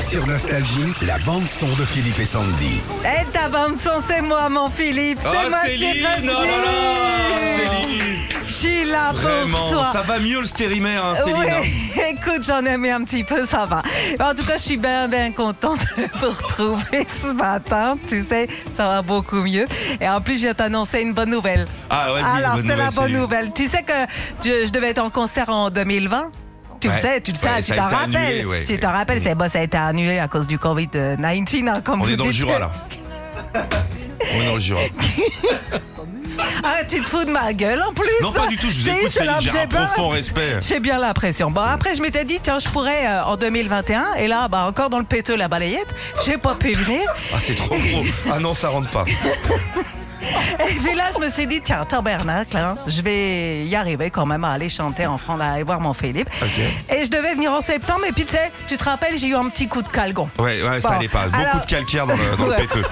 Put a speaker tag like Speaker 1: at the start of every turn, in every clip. Speaker 1: Sur Nostalgie, la bande-son de Philippe et Sandy.
Speaker 2: Eh ta bande son, c'est moi mon Philippe, c'est
Speaker 3: Ah,
Speaker 2: moi qui
Speaker 3: Céline,
Speaker 2: ai
Speaker 3: oh là là, Céline,
Speaker 2: Je suis là pour
Speaker 3: vraiment,
Speaker 2: toi.
Speaker 3: ça va mieux le stérimère, hein, Céline. hein.
Speaker 2: Oui, écoute, j'en ai mis un petit peu, ça va. En tout cas, je suis bien, bien contente de vous retrouver ce matin. Tu sais, ça va beaucoup mieux. Et en plus, je viens t'annoncer une bonne nouvelle.
Speaker 3: Ah, vas-y,
Speaker 2: Alors,
Speaker 3: bonne
Speaker 2: c'est la
Speaker 3: nouvelle,
Speaker 2: bonne
Speaker 3: Céline.
Speaker 2: nouvelle. Tu sais que je, je devais être en concert en 2020 tu le
Speaker 3: Ouais.
Speaker 2: sais, tu le sais,
Speaker 3: Ouais,
Speaker 2: tu
Speaker 3: ça a
Speaker 2: t'en
Speaker 3: été
Speaker 2: rappelles.
Speaker 3: annulé, ouais,
Speaker 2: tu
Speaker 3: ouais. Mm.
Speaker 2: t'en rappelles, c'est, bon, ça a été annulé à cause du Covid-19, hein, comme
Speaker 3: On
Speaker 2: vous
Speaker 3: est dans le
Speaker 2: dites.
Speaker 3: Jura, là. On est dans le Jura.
Speaker 2: Ah, tu te fous de ma gueule en plus
Speaker 3: Non, pas du tout, je vous
Speaker 2: Si,
Speaker 3: écoute, Céline,
Speaker 2: l'objet
Speaker 3: j'ai un
Speaker 2: pas.
Speaker 3: profond respect.
Speaker 2: J'ai bien l'impression. Bon, après, je m'étais dit, tiens, je pourrais euh, en 2021, et là, bah, encore dans le péteux, la balayette, j'ai pas pu venir.
Speaker 3: Ah, c'est trop gros. Ah non, ça rentre pas.
Speaker 2: Et puis là, je me suis dit, tiens, tabernacle, hein, je vais y arriver quand même à aller chanter en France, à aller voir mon Philippe.
Speaker 3: Ok.
Speaker 2: Et je devais venir en septembre, et puis tu sais, tu te rappelles, j'ai eu un petit coup de calgon.
Speaker 3: Ouais, ouais,
Speaker 2: Bon,
Speaker 3: ça allait pas. Beaucoup
Speaker 2: alors-
Speaker 3: de calcaire dans le, dans le
Speaker 2: Ouais.
Speaker 3: péteux.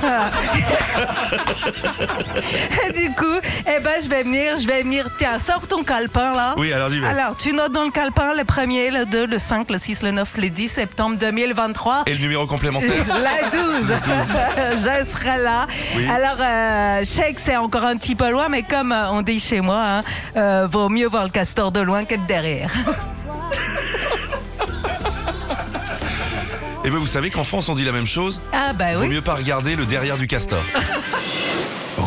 Speaker 2: Et du coup, eh ben, je vais venir, je vais venir. Tiens, sors ton calepin là.
Speaker 3: Oui, alors, j'y vais.
Speaker 2: Alors, tu notes dans le calepin le 1er, le 2, le 5, le 6, le 9, le 10 septembre 2023.
Speaker 3: Et le numéro complémentaire
Speaker 2: La 12. je serai là.
Speaker 3: Oui.
Speaker 2: Alors, euh, je sais que c'est encore un petit peu loin, mais comme euh, on dit chez moi, hein, euh, vaut mieux voir le castor de loin que de derrière.
Speaker 3: Et bien, Eh ben, vous savez qu'en France, on dit la même chose.
Speaker 2: Ah bah
Speaker 3: Vaut
Speaker 2: oui.
Speaker 3: mieux pas regarder le derrière du castor.